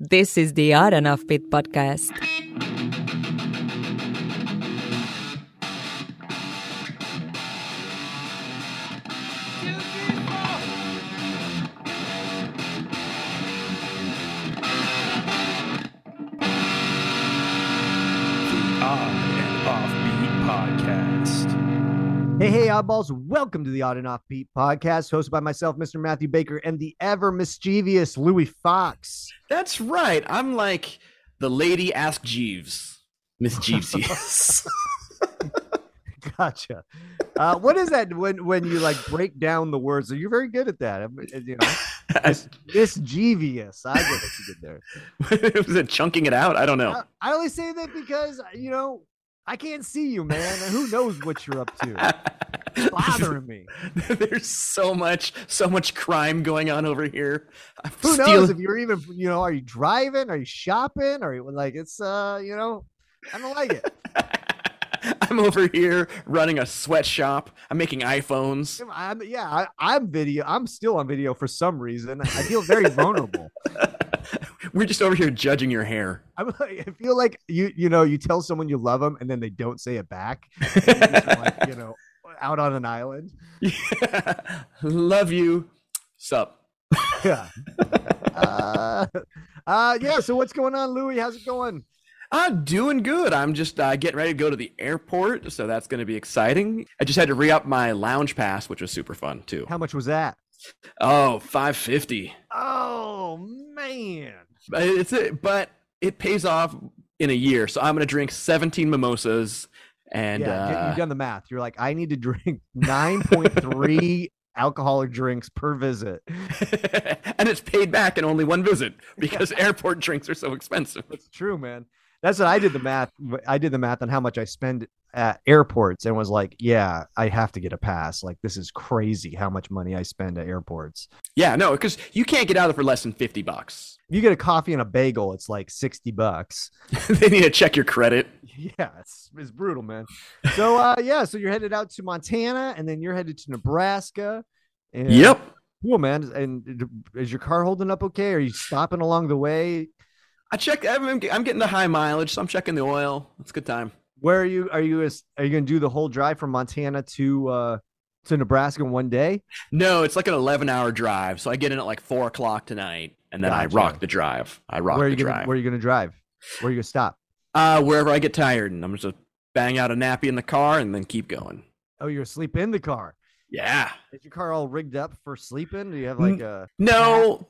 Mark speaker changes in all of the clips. Speaker 1: This is the Odd Enough Bit podcast.
Speaker 2: Odd and Offbeat Podcast.
Speaker 3: Hey, hey, oddballs. Welcome to the Odd and Offbeat podcast, hosted by myself, Mr. Matthew Baker, and the ever mischievous Louis Fox.
Speaker 4: That's right. I'm like the lady ask Jeeves. Miss Jeeves.
Speaker 3: Gotcha. Uh, what is that when, when you like break down the words? You're very good at that. I'm- uh, You know, mischievous. I get what you did there.
Speaker 4: Was it chunking it out? I don't know.
Speaker 3: I, I only say that because, you know, I can't see you, man. Who knows what you're up to? Bothering me.
Speaker 4: There's so much, so much crime going on over here. I'm
Speaker 3: Who knows
Speaker 4: stealing-
Speaker 3: if you're even, you know, are you driving? Are you shopping? Are you like, it's, uh, you know, I don't like it.
Speaker 4: I'm over here running a sweatshop. I'm making iPhones.
Speaker 3: Tim, I'm, yeah, I, I'm video. I'm still on video for some reason. I feel very vulnerable.
Speaker 4: We're just over here judging your hair.
Speaker 3: I'm like, I feel like you, you know, you tell someone you love them and then they don't say it back. And you're just like, you know, out on an island.
Speaker 4: Love you. Sup.
Speaker 3: Yeah. Uh, uh, yeah. So what's going on, Louis? How's it going?
Speaker 4: I'm doing good. I'm just uh, getting ready to go to the airport, so that's going to be exciting. I just had to re up my lounge pass, which was super fun too.
Speaker 3: How much was that?
Speaker 4: Oh, 550.
Speaker 3: Oh man.
Speaker 4: But It's it, but it pays off in a year. So I'm going to drink 17 mimosas and
Speaker 3: yeah, you-
Speaker 4: uh,
Speaker 3: you've done the math. You're like, I need to drink 9.3 alcoholic drinks per visit.
Speaker 4: and it's paid back in only one visit because airport drinks are so expensive.
Speaker 3: It's true, man. That's what I did the math. I did the math on how much I spend at airports and was like, yeah, I have to get a pass. Like, this is crazy how much money I spend at airports.
Speaker 4: Yeah, no, because you can't get out of it for less than 50 bucks.
Speaker 3: If you get a coffee and a bagel, it's like 60 bucks.
Speaker 4: they need to check your credit.
Speaker 3: Yeah, it's, it's brutal, man. So, uh, yeah, so you're headed out to Montana and then you're headed to Nebraska. And
Speaker 4: Yep.
Speaker 3: Cool, man. And is your car holding up okay? Are you stopping along the way?
Speaker 4: I check. I'm, I'm getting the high mileage, so I'm checking the oil. It's a good time.
Speaker 3: Where are you? Are you are you going to do the whole drive from Montana to uh, to Nebraska in one day?
Speaker 4: No, it's like an 11 hour drive. So I get in at like four o'clock tonight and then I
Speaker 3: Gotcha.
Speaker 4: rock the drive. I rock
Speaker 3: where are
Speaker 4: the
Speaker 3: you gonna,
Speaker 4: drive.
Speaker 3: Where are you going to drive? Where are you going to stop?
Speaker 4: Uh, wherever I get tired, and I'm just gonna bang out a nappy in the car and then keep going.
Speaker 3: Oh, you're asleep in the car.
Speaker 4: Yeah.
Speaker 3: Is your car all rigged up for sleeping? Do you have like a?
Speaker 4: No,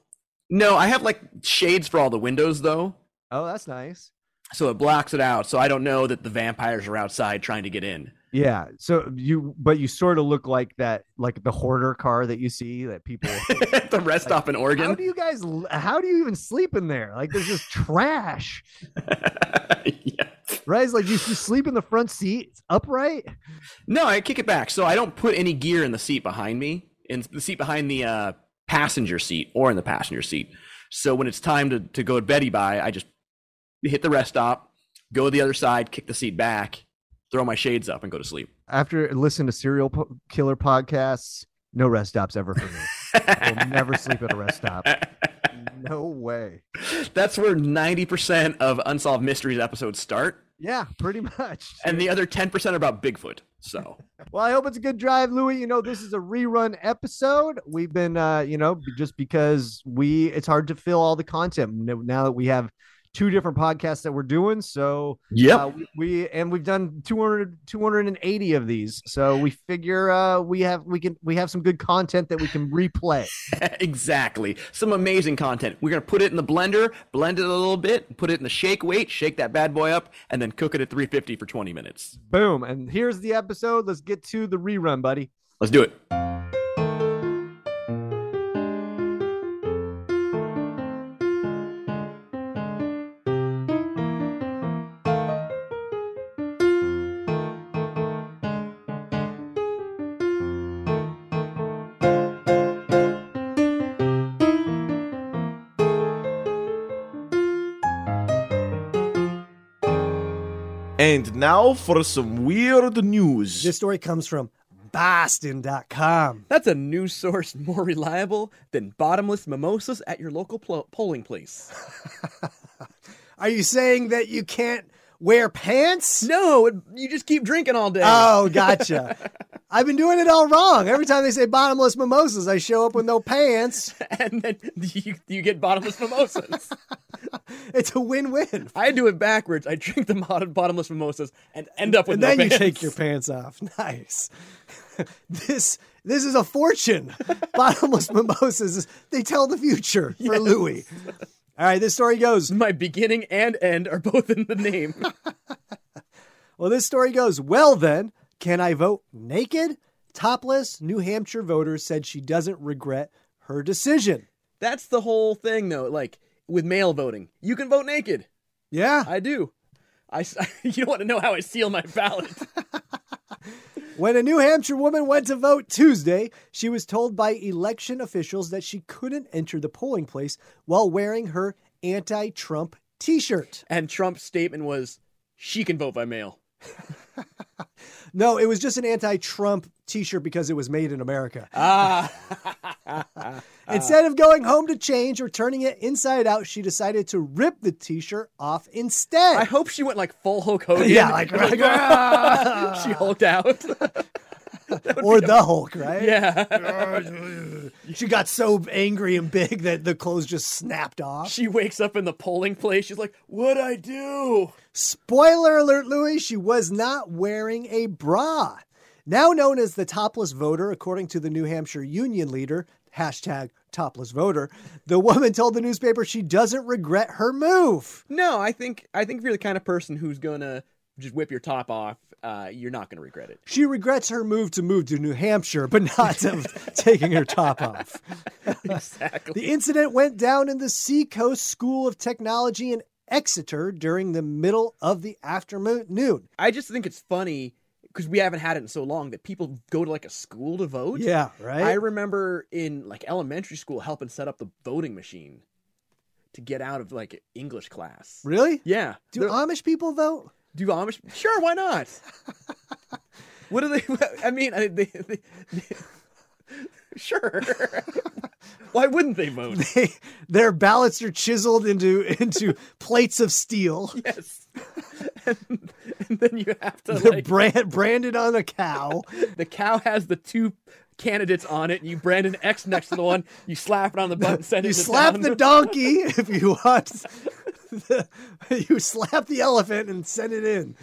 Speaker 4: no, I have like shades for all the windows though,
Speaker 3: Oh, that's nice.
Speaker 4: so it blocks it out. So I don't know that the vampires are outside trying to get in.
Speaker 3: Yeah. So you, but you sort of look like that, like the hoarder car that you see that people.
Speaker 4: At the rest
Speaker 3: Like,
Speaker 4: stop in
Speaker 3: how
Speaker 4: Oregon.
Speaker 3: do you guys? How do you even sleep in there? Like there's just trash,
Speaker 4: yeah.
Speaker 3: right? It's like you, you sleep in the front seat it's upright.
Speaker 4: No, I kick it back, so I don't put any gear in the seat behind me, in the seat behind the uh, passenger seat or in the passenger seat. So when it's time to to go to Betty by, I just hit the rest stop, go to the other side, kick the seat back, throw my shades up, and go to sleep.
Speaker 3: After listening to serial po- killer podcasts, no rest stops ever for me. I will never sleep at a rest stop. No way.
Speaker 4: That's where 90% of Unsolved Mysteries episodes start,
Speaker 3: Yeah, pretty much.
Speaker 4: and the other 10% are about Bigfoot. So,
Speaker 3: Well, I hope it's a good drive, Louis. You know, this is a rerun episode. We've been, uh, you know, b- just because we, it's hard to fill all the content n- now that we have two different podcasts that we're doing. So
Speaker 4: yep.
Speaker 3: uh, we, we, and we've done 200, 280 of these. So we figure uh, we have, we can, we have some good content that we can replay.
Speaker 4: exactly. Some amazing content. We're going to put it in the blender, blend it a little bit, put it in the shake weight, shake that bad boy up, and then cook it at 350 for 20 minutes.
Speaker 3: Boom. And here's the episode. Let's get to the rerun, buddy.
Speaker 4: Let's do it.
Speaker 5: And now for some weird news.
Speaker 6: This story comes from
Speaker 3: Boston.com.
Speaker 4: That's a news source more reliable than bottomless mimosas at your local pl- polling place.
Speaker 3: Are you saying that you can't wear pants?
Speaker 4: No, it, you just keep drinking all day.
Speaker 3: Oh, gotcha. I've been doing it all wrong. Every time they say bottomless mimosas, I show up with no pants.
Speaker 4: and then you, you get bottomless mimosas.
Speaker 3: It's a win win.
Speaker 4: I do it backwards. I drink the mod- bottomless mimosas and end up with
Speaker 3: And
Speaker 4: no
Speaker 3: then you
Speaker 4: pants.
Speaker 3: take your pants off. Nice. this this is a fortune. Bottomless mimosas. They tell the future for Louis. All right, this story goes.
Speaker 4: My beginning and end are both in the name.
Speaker 3: Well, this story goes, well then, can I vote naked? Topless New Hampshire voter said she doesn't regret her decision.
Speaker 4: That's the whole thing, though. Like with mail voting, you can vote naked.
Speaker 3: Yeah.
Speaker 4: I do. I, s- you don't want to know how I seal my ballot.
Speaker 3: When a New Hampshire woman went to vote Tuesday, she was told by election officials that she couldn't enter the polling place while wearing her anti Trump t shirt.
Speaker 4: and Trump's statement was, "She can vote by mail."
Speaker 3: No, it was just an anti Trump t shirt because it was made in America.
Speaker 4: Ah,
Speaker 3: Instead of going home to change or turning it inside out, she decided to rip the t shirt off instead.
Speaker 4: I hope she went like full Hulk Hogan.
Speaker 3: Yeah, like, like, "Ah!"
Speaker 4: she hulked out.
Speaker 3: or the Hulk, right?
Speaker 4: yeah,
Speaker 3: She got so angry and big that the clothes just snapped off.
Speaker 4: she wakes up in the polling place. She's like, "What I do?"
Speaker 3: Spoiler alert, Louis, she was not wearing a bra. Now known as the topless voter, according to the New Hampshire union leader, hashtag topless voter, the woman told the newspaper she doesn't regret her move.
Speaker 4: No, I think I think if you're the kind of person who's gonna just whip your top off, uh, you're not gonna regret it.
Speaker 3: She regrets her move to move to New Hampshire, but not of taking her top off.
Speaker 4: Exactly.
Speaker 3: The incident went down in the Seacoast School of Technology in Exeter during the middle of the afternoon.
Speaker 4: I just think it's funny because we haven't had it in so long that people go to like a school to vote.
Speaker 3: Yeah, right?
Speaker 4: I remember in like elementary school helping set up the voting machine to get out of like English class.
Speaker 3: really?
Speaker 4: Yeah.
Speaker 3: Do
Speaker 4: They're-
Speaker 3: Amish people vote?
Speaker 4: do Amish? Sure, why not? what do they? I mean, I, they, they, they- sure. why wouldn't they vote?
Speaker 3: They, their ballots are chiseled into into plates of steel.
Speaker 4: Yes. and, and then you have to
Speaker 3: They're
Speaker 4: like
Speaker 3: brand, branded on a cow.
Speaker 4: the cow has the two candidates on it. And you brand an X next to the one. You slap it on the button. Send
Speaker 3: You
Speaker 4: it to
Speaker 3: slap
Speaker 4: town.
Speaker 3: the donkey if you want. The, you slap the elephant and send it in.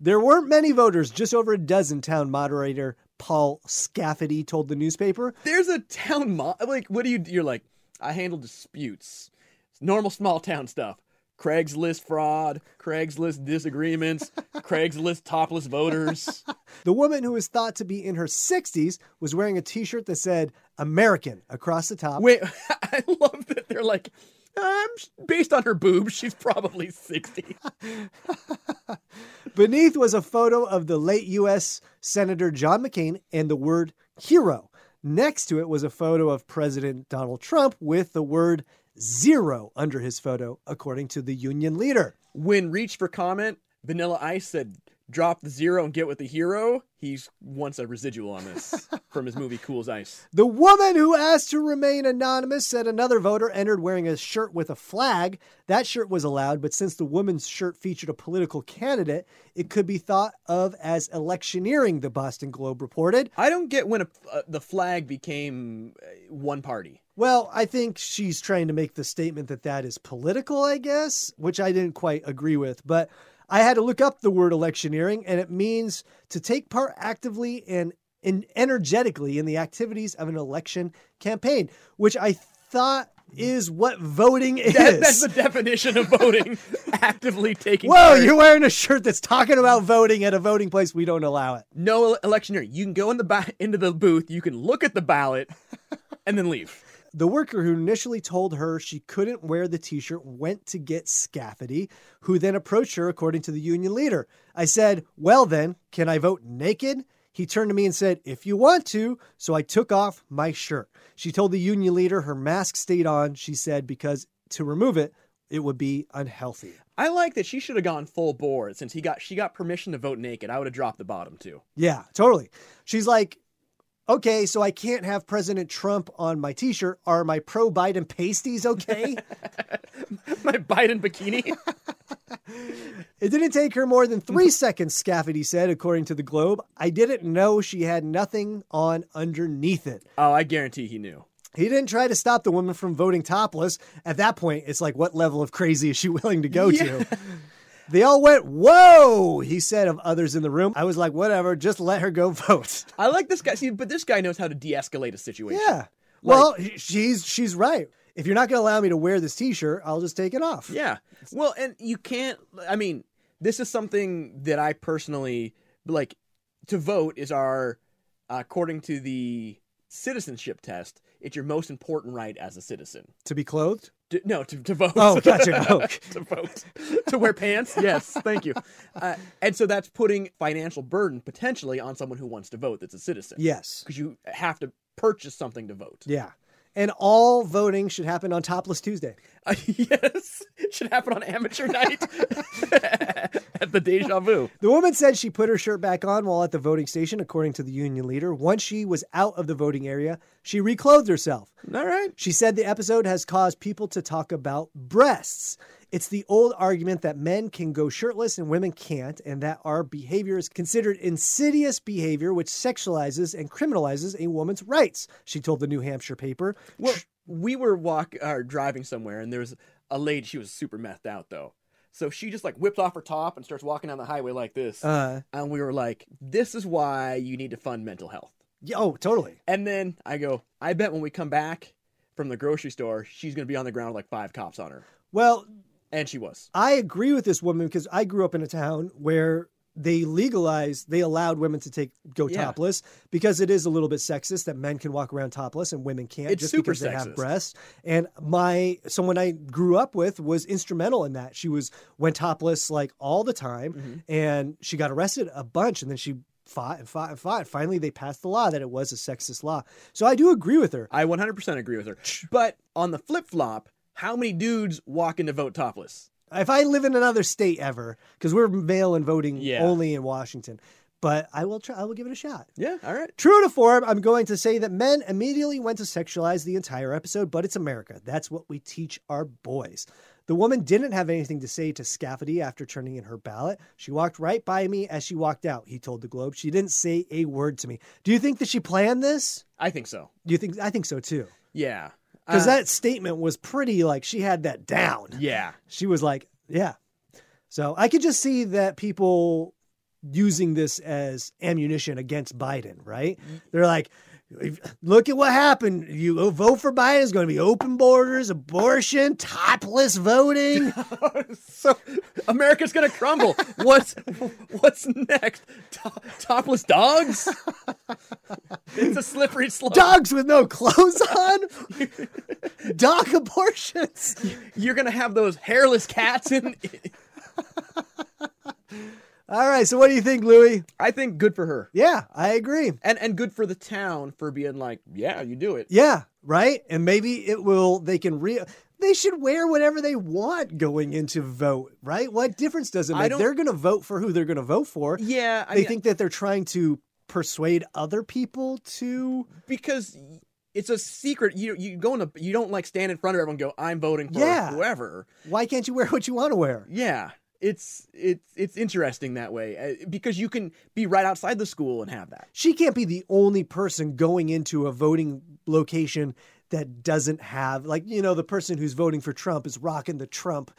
Speaker 3: There weren't many voters, just over a dozen. Town moderator Paul Scaffidy told the newspaper.
Speaker 4: there's a town mo- like what do you you're like i handle disputes normal small town stuff craigslist fraud craigslist disagreements craigslist topless voters
Speaker 3: The woman who is thought to be in her 60s was wearing a t shirt that said American across the top.
Speaker 4: wait i love that they're like um, based on her boobs she's probably 60
Speaker 3: Beneath was a photo of the late U.S. Senator John McCain and the word hero. Next to it was a photo of President Donald Trump with the word zero under his photo, according to the union leader.
Speaker 4: when reached for comment vanilla ice said drop the zero and get with the hero he's wants a residual on this from his movie cool as ice
Speaker 3: The woman who asked to remain anonymous said another voter entered wearing a shirt with a flag. That shirt was allowed, but since the woman's shirt featured a political candidate, it could be thought of as electioneering, the Boston Globe reported.
Speaker 4: i don't get when a, uh, the flag became uh, one party
Speaker 3: Well, I think she's trying to make the statement that that is political, I guess, which I didn't quite agree with. But I had to look up the word electioneering, and it means to take part actively and in energetically in the activities of an election campaign, which I thought is what voting is.
Speaker 4: That- that's the definition of voting. Actively taking
Speaker 3: Whoa,
Speaker 4: part.
Speaker 3: you're wearing a shirt that's talking about voting at a voting place. We don't allow it.
Speaker 4: no ele- electioneering. You can go in the ba- into the booth. You can look at the ballot, and then leave.
Speaker 3: The worker who initially told her she couldn't wear the t shirt went to get Scaffidy, who then approached her, according to the union leader. I said, Well, then, can I vote naked? He turned to me and said, If you want to. So I took off my shirt. She told the union leader her mask stayed on, she said, because to remove it, it would be unhealthy.
Speaker 4: I like that she should have gone full bore since he got she got permission to vote naked. I would have dropped the bottom too.
Speaker 3: Yeah, totally. She's like, okay, so I can't have President Trump on my T-shirt. Are my pro Biden pasties okay?
Speaker 4: My Biden bikini.
Speaker 3: It didn't take her more than three seconds, Scafidi said, according to the Globe. I didn't know she had nothing on underneath it.
Speaker 4: oh, I guarantee he knew.
Speaker 3: He didn't try to stop the woman from voting topless. At that point, it's like, what level of crazy is she willing to go to? They all went, whoa, he said of others in the room. I was like, whatever, just let her go vote.
Speaker 4: I like this guy. See, but this guy knows how to de-escalate a situation.
Speaker 3: Yeah. well, she's she's right. If you're not going to allow me to wear this T-shirt, I'll just take it off.
Speaker 4: Yeah. Well, and you can't. I mean, this is something that I personally like. To vote is our, uh, according to the citizenship test, it's your most important right as a citizen.
Speaker 3: To be clothed.
Speaker 4: To, no, to, to vote.
Speaker 3: Oh, gotcha. Okay.
Speaker 4: to vote. to wear pants. Yes, thank you. Uh, and so that's putting financial burden potentially on someone who wants to vote that's a citizen.
Speaker 3: Yes.
Speaker 4: Because you have to purchase something to vote.
Speaker 3: Yeah. And all voting should happen on Topless Tuesday.
Speaker 4: Uh, yes. It should happen on amateur night at the Deja Vu.
Speaker 3: The woman said she put her shirt back on while at the voting station, according to the union leader. Once she was out of the voting area, she reclothed herself.
Speaker 4: All right.
Speaker 3: She said the episode has caused people to talk about breasts. It's the old argument that men can go shirtless and women can't, and that our behavior is considered insidious behavior which sexualizes and criminalizes a woman's rights, she told the New Hampshire paper.
Speaker 4: Well, we were walk or driving somewhere, and there was a lady. She was super methed out though, so she just like whipped off her top and starts walking down the highway like this.
Speaker 3: Uh,
Speaker 4: and we were like, "This is why you need to fund mental health."
Speaker 3: yeah, oh, totally.
Speaker 4: And then I go, "I bet when we come back from the grocery store, she's gonna be on the ground with like five cops on her,"
Speaker 3: Well,
Speaker 4: and she was.
Speaker 3: I agree with this woman because I grew up in a town where they legalized, they allowed women to take go
Speaker 4: Yeah.
Speaker 3: topless because it is a little bit sexist that men can walk around topless and women can't
Speaker 4: It's
Speaker 3: just
Speaker 4: super
Speaker 3: because they have
Speaker 4: sexist.
Speaker 3: breasts. And my someone I grew up with was instrumental in that. She was went topless like all the time,
Speaker 4: Mm. Mm-hmm.
Speaker 3: and she got arrested a bunch, and then she fought and fought and fought. Finally, they passed the law that it was a sexist law. So I do agree with her.
Speaker 4: I 100% agree with her. But on the flip flop, how many dudes walk in to vote topless?
Speaker 3: If I live in another state ever, because we're mail in voting
Speaker 4: Yeah.
Speaker 3: only in Washington, but I will try. I will give it a shot.
Speaker 4: Yeah, all right.
Speaker 3: True to form, I'm going to say that men immediately went to sexualize the entire episode, but it's America. That's what we teach our boys. The woman didn't have anything to say to Scafidi after turning in her ballot. She walked right by me as she walked out, he told the Globe. She didn't say a word to me. Do you think that she planned this?
Speaker 4: I think so.
Speaker 3: Do you think I think so too?
Speaker 4: Yeah.
Speaker 3: Because
Speaker 4: Uh,
Speaker 3: that statement was pretty like she had that down
Speaker 4: Yeah.
Speaker 3: she was like, yeah. So I could just see that people using this as ammunition against Biden, right? They're like, if- look at what happened. You go vote for Biden, it's going to be open borders, abortion, topless voting.
Speaker 4: so America's gonna crumble. What's what's next? To- topless dogs? it's a slippery slope.
Speaker 3: Dogs with no clothes on, dog abortions.
Speaker 4: You're gonna have those hairless cats in.
Speaker 3: All right, so what do you think, Louis?
Speaker 4: I think good for her,
Speaker 3: Yeah, I agree.
Speaker 4: and and good for the town for being like, yeah, you do it.
Speaker 3: Yeah, right. And maybe it will. They can re. They should wear whatever they want going into vote, right? What difference does it
Speaker 4: I
Speaker 3: make?
Speaker 4: don't-
Speaker 3: They're going to vote for who they're going to vote for.
Speaker 4: Yeah, I
Speaker 3: they
Speaker 4: mean,
Speaker 3: think that they're trying to persuade other people to.
Speaker 4: because it's a secret. You you go in a, you don't like stand in front of everyone and go, I'm voting for
Speaker 3: Yeah.
Speaker 4: whoever.
Speaker 3: Why can't you wear what you want to wear?
Speaker 4: Yeah. It's it's it's interesting that way uh, because you can be right outside the school and have that.
Speaker 3: She can't be the only person going into a voting location that doesn't have, like, you know, the person who's voting for Trump is rocking the Trump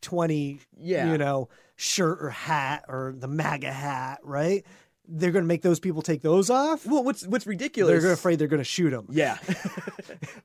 Speaker 3: 2020
Speaker 4: Yeah.
Speaker 3: you know, shirt or hat or the MAGA hat, right? They're going to make those people take those off.
Speaker 4: Well, what's what's ridiculous?
Speaker 3: They're afraid they're going to shoot them.
Speaker 4: Yeah.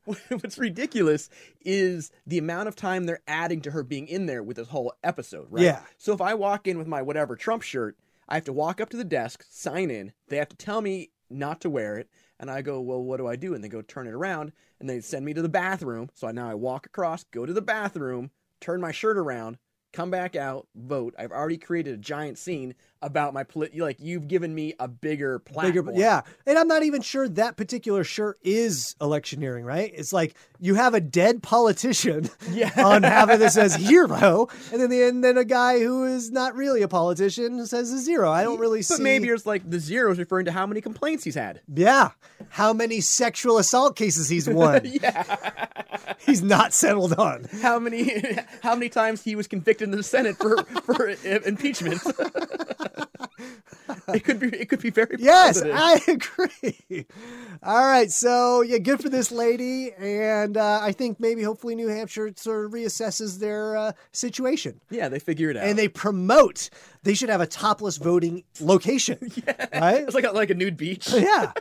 Speaker 4: What's ridiculous is the amount of time they're adding to her being in there with this whole episode, right?
Speaker 3: Yeah.
Speaker 4: So if I walk in with my whatever Trump shirt, I have to walk up to the desk, sign in. They have to tell me not to wear it. And I go, well, what do I do? And they go, turn it around. And they send me to the bathroom. So now I walk across, go to the bathroom, turn my shirt around, Come back out, vote. I've already created a giant scene about my polit. Like you've given me a bigger
Speaker 3: Bigger-
Speaker 4: platform.
Speaker 3: yeah. And I'm not even sure that particular shirt is electioneering, right? It's like you have a dead politician
Speaker 4: Yeah.
Speaker 3: on half of this says hero, and then the and then a guy who is not really a politician says a zero. I don't really
Speaker 4: but
Speaker 3: see.
Speaker 4: maybe it's like the zero is referring to how many complaints he's had.
Speaker 3: yeah, how many sexual assault cases he's won?
Speaker 4: Yeah.
Speaker 3: he's not settled on.
Speaker 4: how many how many times he was convicted in the Senate for for i- impeachment. it could be it could be very
Speaker 3: Yes,
Speaker 4: positive.
Speaker 3: I agree. All right, so yeah, good for this lady, and uh, I think maybe hopefully New Hampshire sort of reassesses their uh, situation.
Speaker 4: yeah, they figure it out.
Speaker 3: and they promote. They should have a topless voting location, right?
Speaker 4: it's like a, like a nude beach.
Speaker 3: yeah,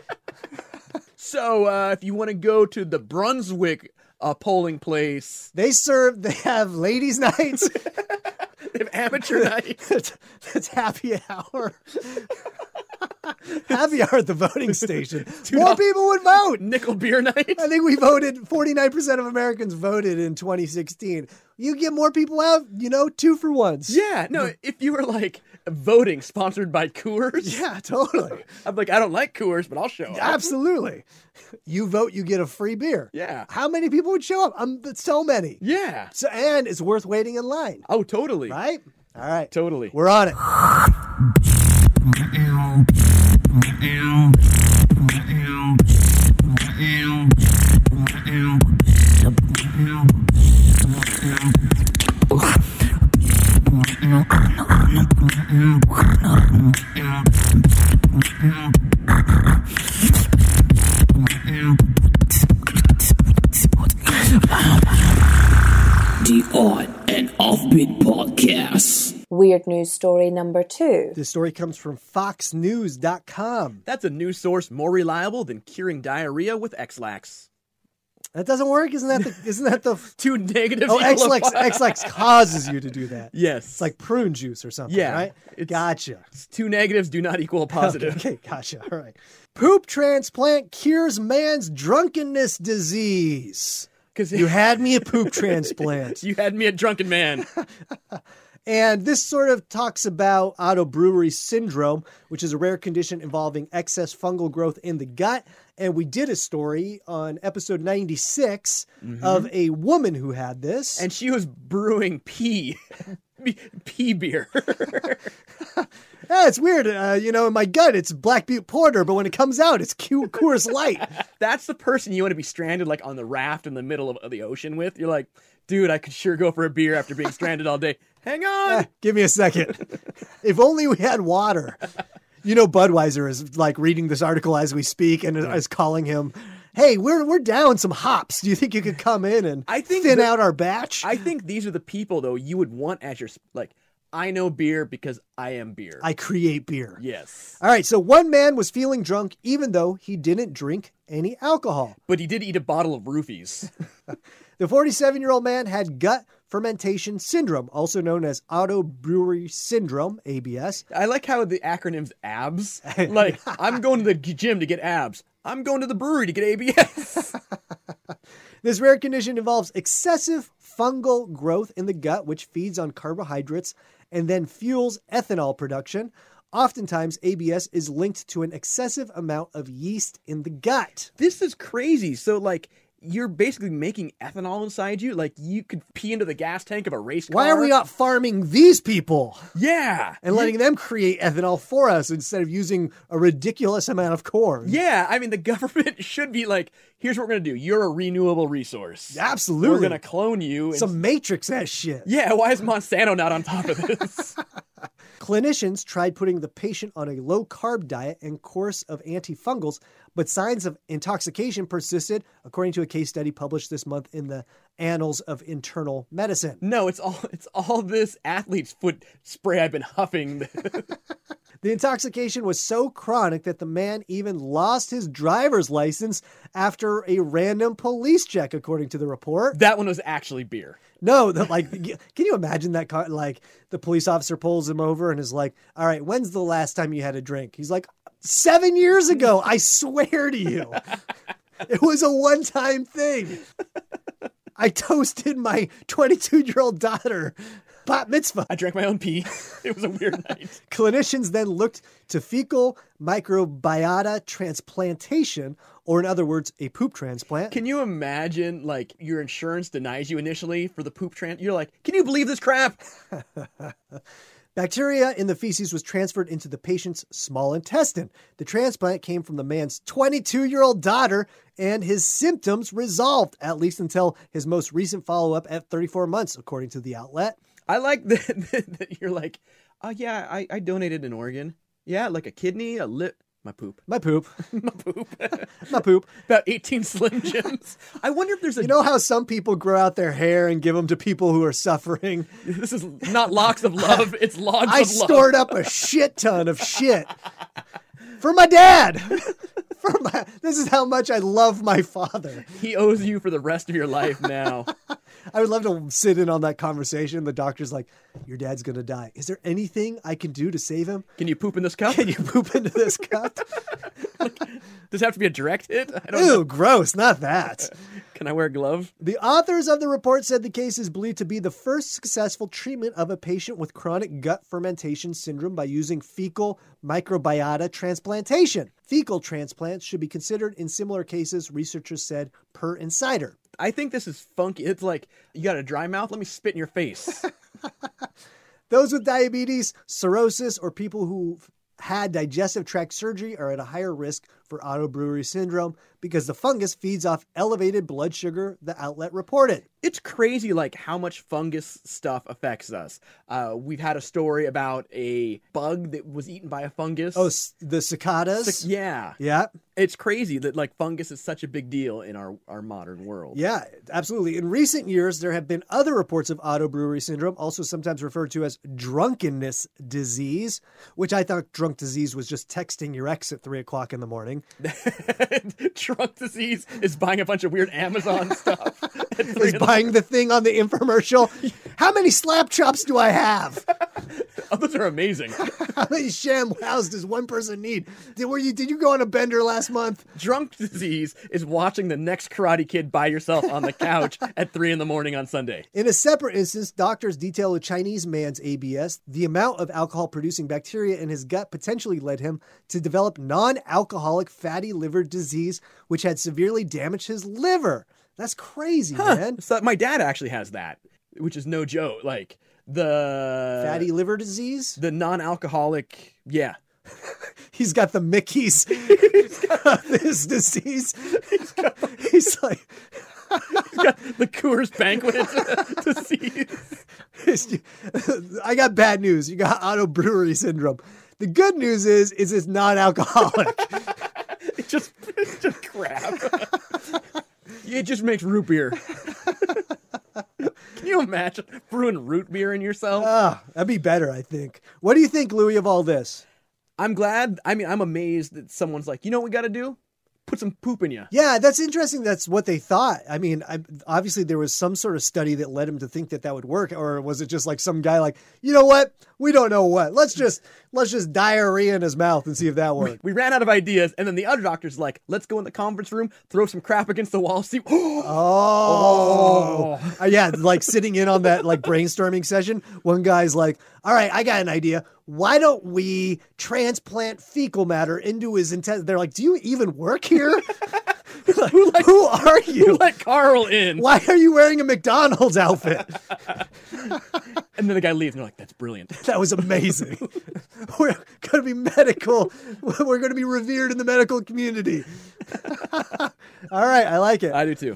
Speaker 4: So uh, if you want to go to the Brunswick uh, polling place,
Speaker 3: they serve. They have ladies' nights.
Speaker 4: they have amateur night.
Speaker 3: that's, that's happy hour. happy hour at the voting station. More people would vote.
Speaker 4: Nickel beer night.
Speaker 3: I think we voted. Forty-nine percent of Americans voted in 2016. You get more people out. You know, two for ones.
Speaker 4: Yeah, no. If you were like voting sponsored by Coors,
Speaker 3: Yeah, totally.
Speaker 4: I'm like, I don't like Coors, but I'll show up.
Speaker 3: Absolutely. You vote, you get a free beer.
Speaker 4: Yeah.
Speaker 3: How many people would show up? Um, so many.
Speaker 4: Yeah.
Speaker 3: So and it's worth waiting in line,
Speaker 4: Oh, totally.
Speaker 3: right? All right,
Speaker 4: Totally.
Speaker 3: we're on it.
Speaker 7: The Odd and Offbeat Podcast.
Speaker 8: Weird news story number two.
Speaker 3: This story comes from FoxNews.com.
Speaker 4: That's a news source more reliable than curing diarrhea with Xlax.
Speaker 3: That doesn't work, isn't that? The, isn't that the?
Speaker 4: Two negatives.
Speaker 3: Oh,
Speaker 4: equal a
Speaker 3: Xlex
Speaker 4: fi-
Speaker 3: Xlex causes you to do that.
Speaker 4: Yes.
Speaker 3: It's like prune juice or something,
Speaker 4: Yeah,
Speaker 3: right?
Speaker 4: it's-
Speaker 3: Gotcha.
Speaker 4: two negatives do not equal a positive.
Speaker 3: Okay, okay, gotcha. All right. Poop transplant cures man's drunkenness disease.
Speaker 4: Because
Speaker 3: You had me at poop transplant.
Speaker 4: you had me a drunken man.
Speaker 3: And this sort of talks about autobrewery syndrome, which is a rare condition involving excess fungal growth in the gut. And we did a story on episode 96 of a woman who had this.
Speaker 4: Mm-hmm. and she was brewing pee. Pee- Pee beer.
Speaker 3: yeah, it's weird. Uh, you know, in my gut, it's Black Butte Porter, but when it comes out, it's Q- Coors Light.
Speaker 4: That's the person you want to be stranded like on the raft in the middle of the ocean with. You're like, dude, I could sure go for a beer after being stranded all day. Hang on.
Speaker 3: Give me a second. if only we had water. You know, Budweiser is like reading this article as we speak and is calling him. Hey, we're we're down some hops. Do you think you could come in and
Speaker 4: I think
Speaker 3: thin
Speaker 4: the-
Speaker 3: out our batch?
Speaker 4: I think these are the people though you would want as your like. I know beer because I am beer.
Speaker 3: I create beer.
Speaker 4: yes,
Speaker 3: All right, so one man was feeling drunk even though he didn't drink any alcohol.
Speaker 4: but he did eat a bottle of roofies.
Speaker 3: The 47 year old man had gut fermentation syndrome, also known as autobrewery syndrome, ABS.
Speaker 4: I like how the acronym's abs. Like, I'm going to the g- gym to get abs. I'm going to the brewery to get ABS.
Speaker 3: This rare condition involves excessive fungal growth in the gut, which feeds on carbohydrates and then fuels ethanol production. Oftentimes, ABS is linked to an excessive amount of yeast in the gut.
Speaker 4: this is crazy. So, like, you're basically making ethanol inside you. Like, you could pee into the gas tank of a race car.
Speaker 3: Why are we not farming these people?
Speaker 4: Yeah.
Speaker 3: and letting them create ethanol for us instead of using a ridiculous amount of corn.
Speaker 4: Yeah. I mean, the government should be like, here's what we're going to do. You're a renewable resource.
Speaker 3: absolutely.
Speaker 4: We're going to clone you. And...
Speaker 3: Some matrix that shit.
Speaker 4: Yeah. Why is Monsanto not on top of this?
Speaker 3: Clinicians tried putting the patient on a low carb diet and course of antifungals, but signs of intoxication persisted, according to a case study published this month in the Annals of Internal Medicine.
Speaker 4: no, it's all it's all this athlete's foot spray I've been huffing.
Speaker 3: The intoxication was so chronic that the man even lost his driver's license after a random police check, according to the report.
Speaker 4: that one was actually beer.
Speaker 3: No, that like, y- can you imagine that? Car, like, the police officer pulls him over and is like, "All right, when's the last time you had a drink?" He's like, seven years ago. I swear to you, it was a one-time thing." I toasted my 22 year old daughter. Bat mitzvah.
Speaker 4: I drank my own pee. It was a weird night.
Speaker 3: Clinicians then looked to fecal microbiota transplantation, or in other words, a poop transplant.
Speaker 4: Can you imagine, like, your insurance denies you initially for the poop trans? You're like, can you believe this crap?
Speaker 3: Bacteria in the feces was transferred into the patient's small intestine. The transplant came from the man's 22 year old daughter, and his symptoms resolved, at least until his most recent follow up at 34 months, according to the outlet.
Speaker 4: I like that, that, that you're like, oh, yeah, I, I donated an organ. Yeah, like a kidney, a lip, my poop,
Speaker 3: My poop.
Speaker 4: my poop.
Speaker 3: My poop.
Speaker 4: About 18 Slim Jims. I wonder if there's a.
Speaker 3: You know how some people grow out their hair and give them to people who are suffering?
Speaker 4: this is not locks of love, it's logs
Speaker 3: I
Speaker 4: of love.
Speaker 3: stored up a shit ton of shit for my dad. For my, this is how much I love my father.
Speaker 4: He owes you for the rest of your life now.
Speaker 3: I would love to sit in on that conversation. The doctor's like, "Your dad's gonna die. Is there anything I can do to save him?
Speaker 4: Can you poop in this cup?
Speaker 3: Can you poop into this cup?
Speaker 4: Does it have to be a direct hit? I don't know.
Speaker 3: Ew, gross. Not that."
Speaker 4: Can I wear a glove?
Speaker 3: The authors of the report said the case is believed to be the first successful treatment of a patient with chronic gut fermentation syndrome by using fecal microbiota transplantation. Fecal transplants should be considered in similar cases, researchers said per insider.
Speaker 4: I think this is funky. It's like, you got a dry mouth? Let me spit in your face.
Speaker 3: Those with diabetes, cirrhosis, or people who've had digestive tract surgery are at a higher risk for autobrewery syndrome because the fungus feeds off elevated blood sugar, the outlet reported.
Speaker 4: it's crazy like how much fungus stuff affects us. Uh, we've had a story about a bug that was eaten by a fungus.
Speaker 3: Oh, s- the cicadas?
Speaker 4: Sick- yeah.
Speaker 3: yeah.
Speaker 4: It's crazy that like fungus is such a big deal in our, our modern world.
Speaker 3: Yeah, absolutely. In recent years, there have been other reports of autobrewery syndrome, also sometimes referred to as drunkenness disease, which I thought drunk disease was just texting your ex at three o'clock in the morning.
Speaker 4: Drunk disease is buying a bunch of weird Amazon stuff. at three
Speaker 3: Is
Speaker 4: in the-
Speaker 3: buying the thing on the infomercial. How many slap chops do I have?
Speaker 4: oh, those are amazing.
Speaker 3: How many sham wows does one person need? Did, were you, did you go on a bender last month?
Speaker 4: Drunk disease is watching the next Karate Kid by yourself on the couch at three in the morning on Sunday.
Speaker 3: In a separate instance, doctors detail a Chinese man's ABS. The amount of alcohol producing bacteria in his gut potentially led him to develop non alcoholic fatty liver disease, which had severely damaged his liver. That's crazy, man.
Speaker 4: So my dad actually has that, which is no joke. Like the
Speaker 3: Fatty liver disease?
Speaker 4: the non-alcoholic yeah
Speaker 3: He's got the Mickey's of this disease. He's like,
Speaker 4: the Coors Banquet disease.
Speaker 3: I got bad news. You got auto brewery syndrome. The good news is, is it's non-alcoholic.
Speaker 4: It's just, it's just crap. it just makes root beer. Can you imagine brewing root beer in yourself?
Speaker 3: Ah, that'd be better, I think. What do you think, Louis, of all this?
Speaker 4: I'm glad. I mean, I'm amazed that someone's like, you know what we got to do? Put some poop in you.
Speaker 3: Yeah, that's interesting. That's what they thought. I mean, I, obviously there was some sort of study that led him to think that that would work, or was it just like some guy like, you know what? We don't know what. Let's just let's just diarrhea in his mouth and see if that works.
Speaker 4: We ran out of ideas, and then the other doctor's like, let's go in the conference room, throw some crap against the wall, see.
Speaker 3: Oh, Uh, yeah, like sitting in on that like brainstorming session. One guy's like, "All right, I got an idea. Why don't we transplant fecal matter into his intestine?" They're like, "Do you even work here? Like, who are you?"
Speaker 4: let Carl in.
Speaker 3: Why are you wearing a McDonald's outfit?
Speaker 4: And then the guy leaves, and they're like, that's brilliant.
Speaker 3: That was amazing. We're going to be medical. We're going to be revered in the medical community. All right, I like it.
Speaker 4: I do too.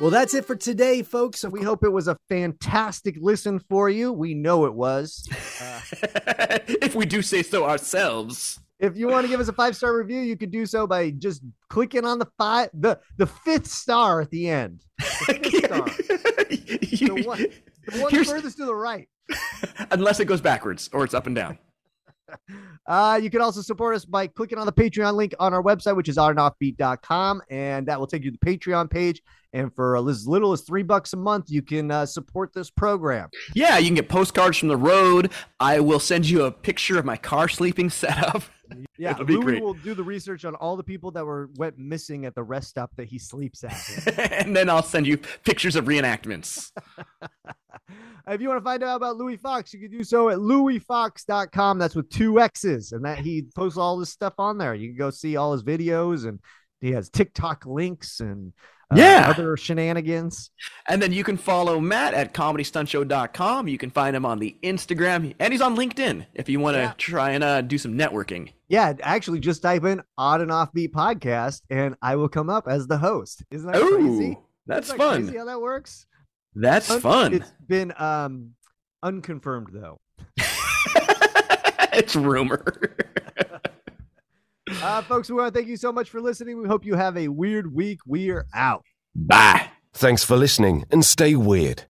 Speaker 3: Well, that's it for today, folks.
Speaker 9: We hope it was a fantastic listen for you. We know it was.
Speaker 10: if we do say so ourselves.
Speaker 9: If you want to give us a five star review, you could do so by just clicking on the five the the fifth star at the end. The fifth star.
Speaker 10: you,
Speaker 9: one-
Speaker 3: The one
Speaker 4: Here's-
Speaker 3: furthest to the right.
Speaker 4: unless it goes backwards or it's up and down.
Speaker 3: Uh, you can also support us by clicking on the Patreon link on our website, which is onandoffbeat.com, and that will take you to the Patreon page. And for as little as three bucks a month, you can uh, support this program.
Speaker 4: Yeah, you can get postcards from the road. I will send you a picture of my car sleeping setup.
Speaker 3: Yeah,
Speaker 4: It'll be
Speaker 3: Louis
Speaker 4: great.
Speaker 3: will do the research on all the people that were went missing at the rest stop that he sleeps at.
Speaker 4: and then I'll send you pictures of reenactments.
Speaker 3: if you want to find out about Louis Fox, you can do so at louisfox.com. That's with two X's, and that he posts all this stuff on there. You can go see all his videos, and he has TikTok links and uh,
Speaker 4: Yeah.
Speaker 3: other shenanigans.
Speaker 4: And then you can follow Matt at comedystuntshow.com. You can find him on the Instagram, and he's on LinkedIn if you want to
Speaker 3: Yeah.
Speaker 4: try and uh, do some networking.
Speaker 3: Yeah, actually, just type in "odd and offbeat podcast" and I will come up as the host. Isn't that
Speaker 4: Oh,
Speaker 3: crazy?
Speaker 4: that's
Speaker 3: Isn't that
Speaker 4: fun.
Speaker 3: Crazy how that works.
Speaker 4: That's
Speaker 3: Un-
Speaker 4: fun.
Speaker 3: It's been um unconfirmed though.
Speaker 4: it's rumor.
Speaker 3: Uh, folks, we want to thank you so much for listening. We hope you have a weird week. We are out.
Speaker 4: Bye.
Speaker 7: Thanks for listening and stay weird.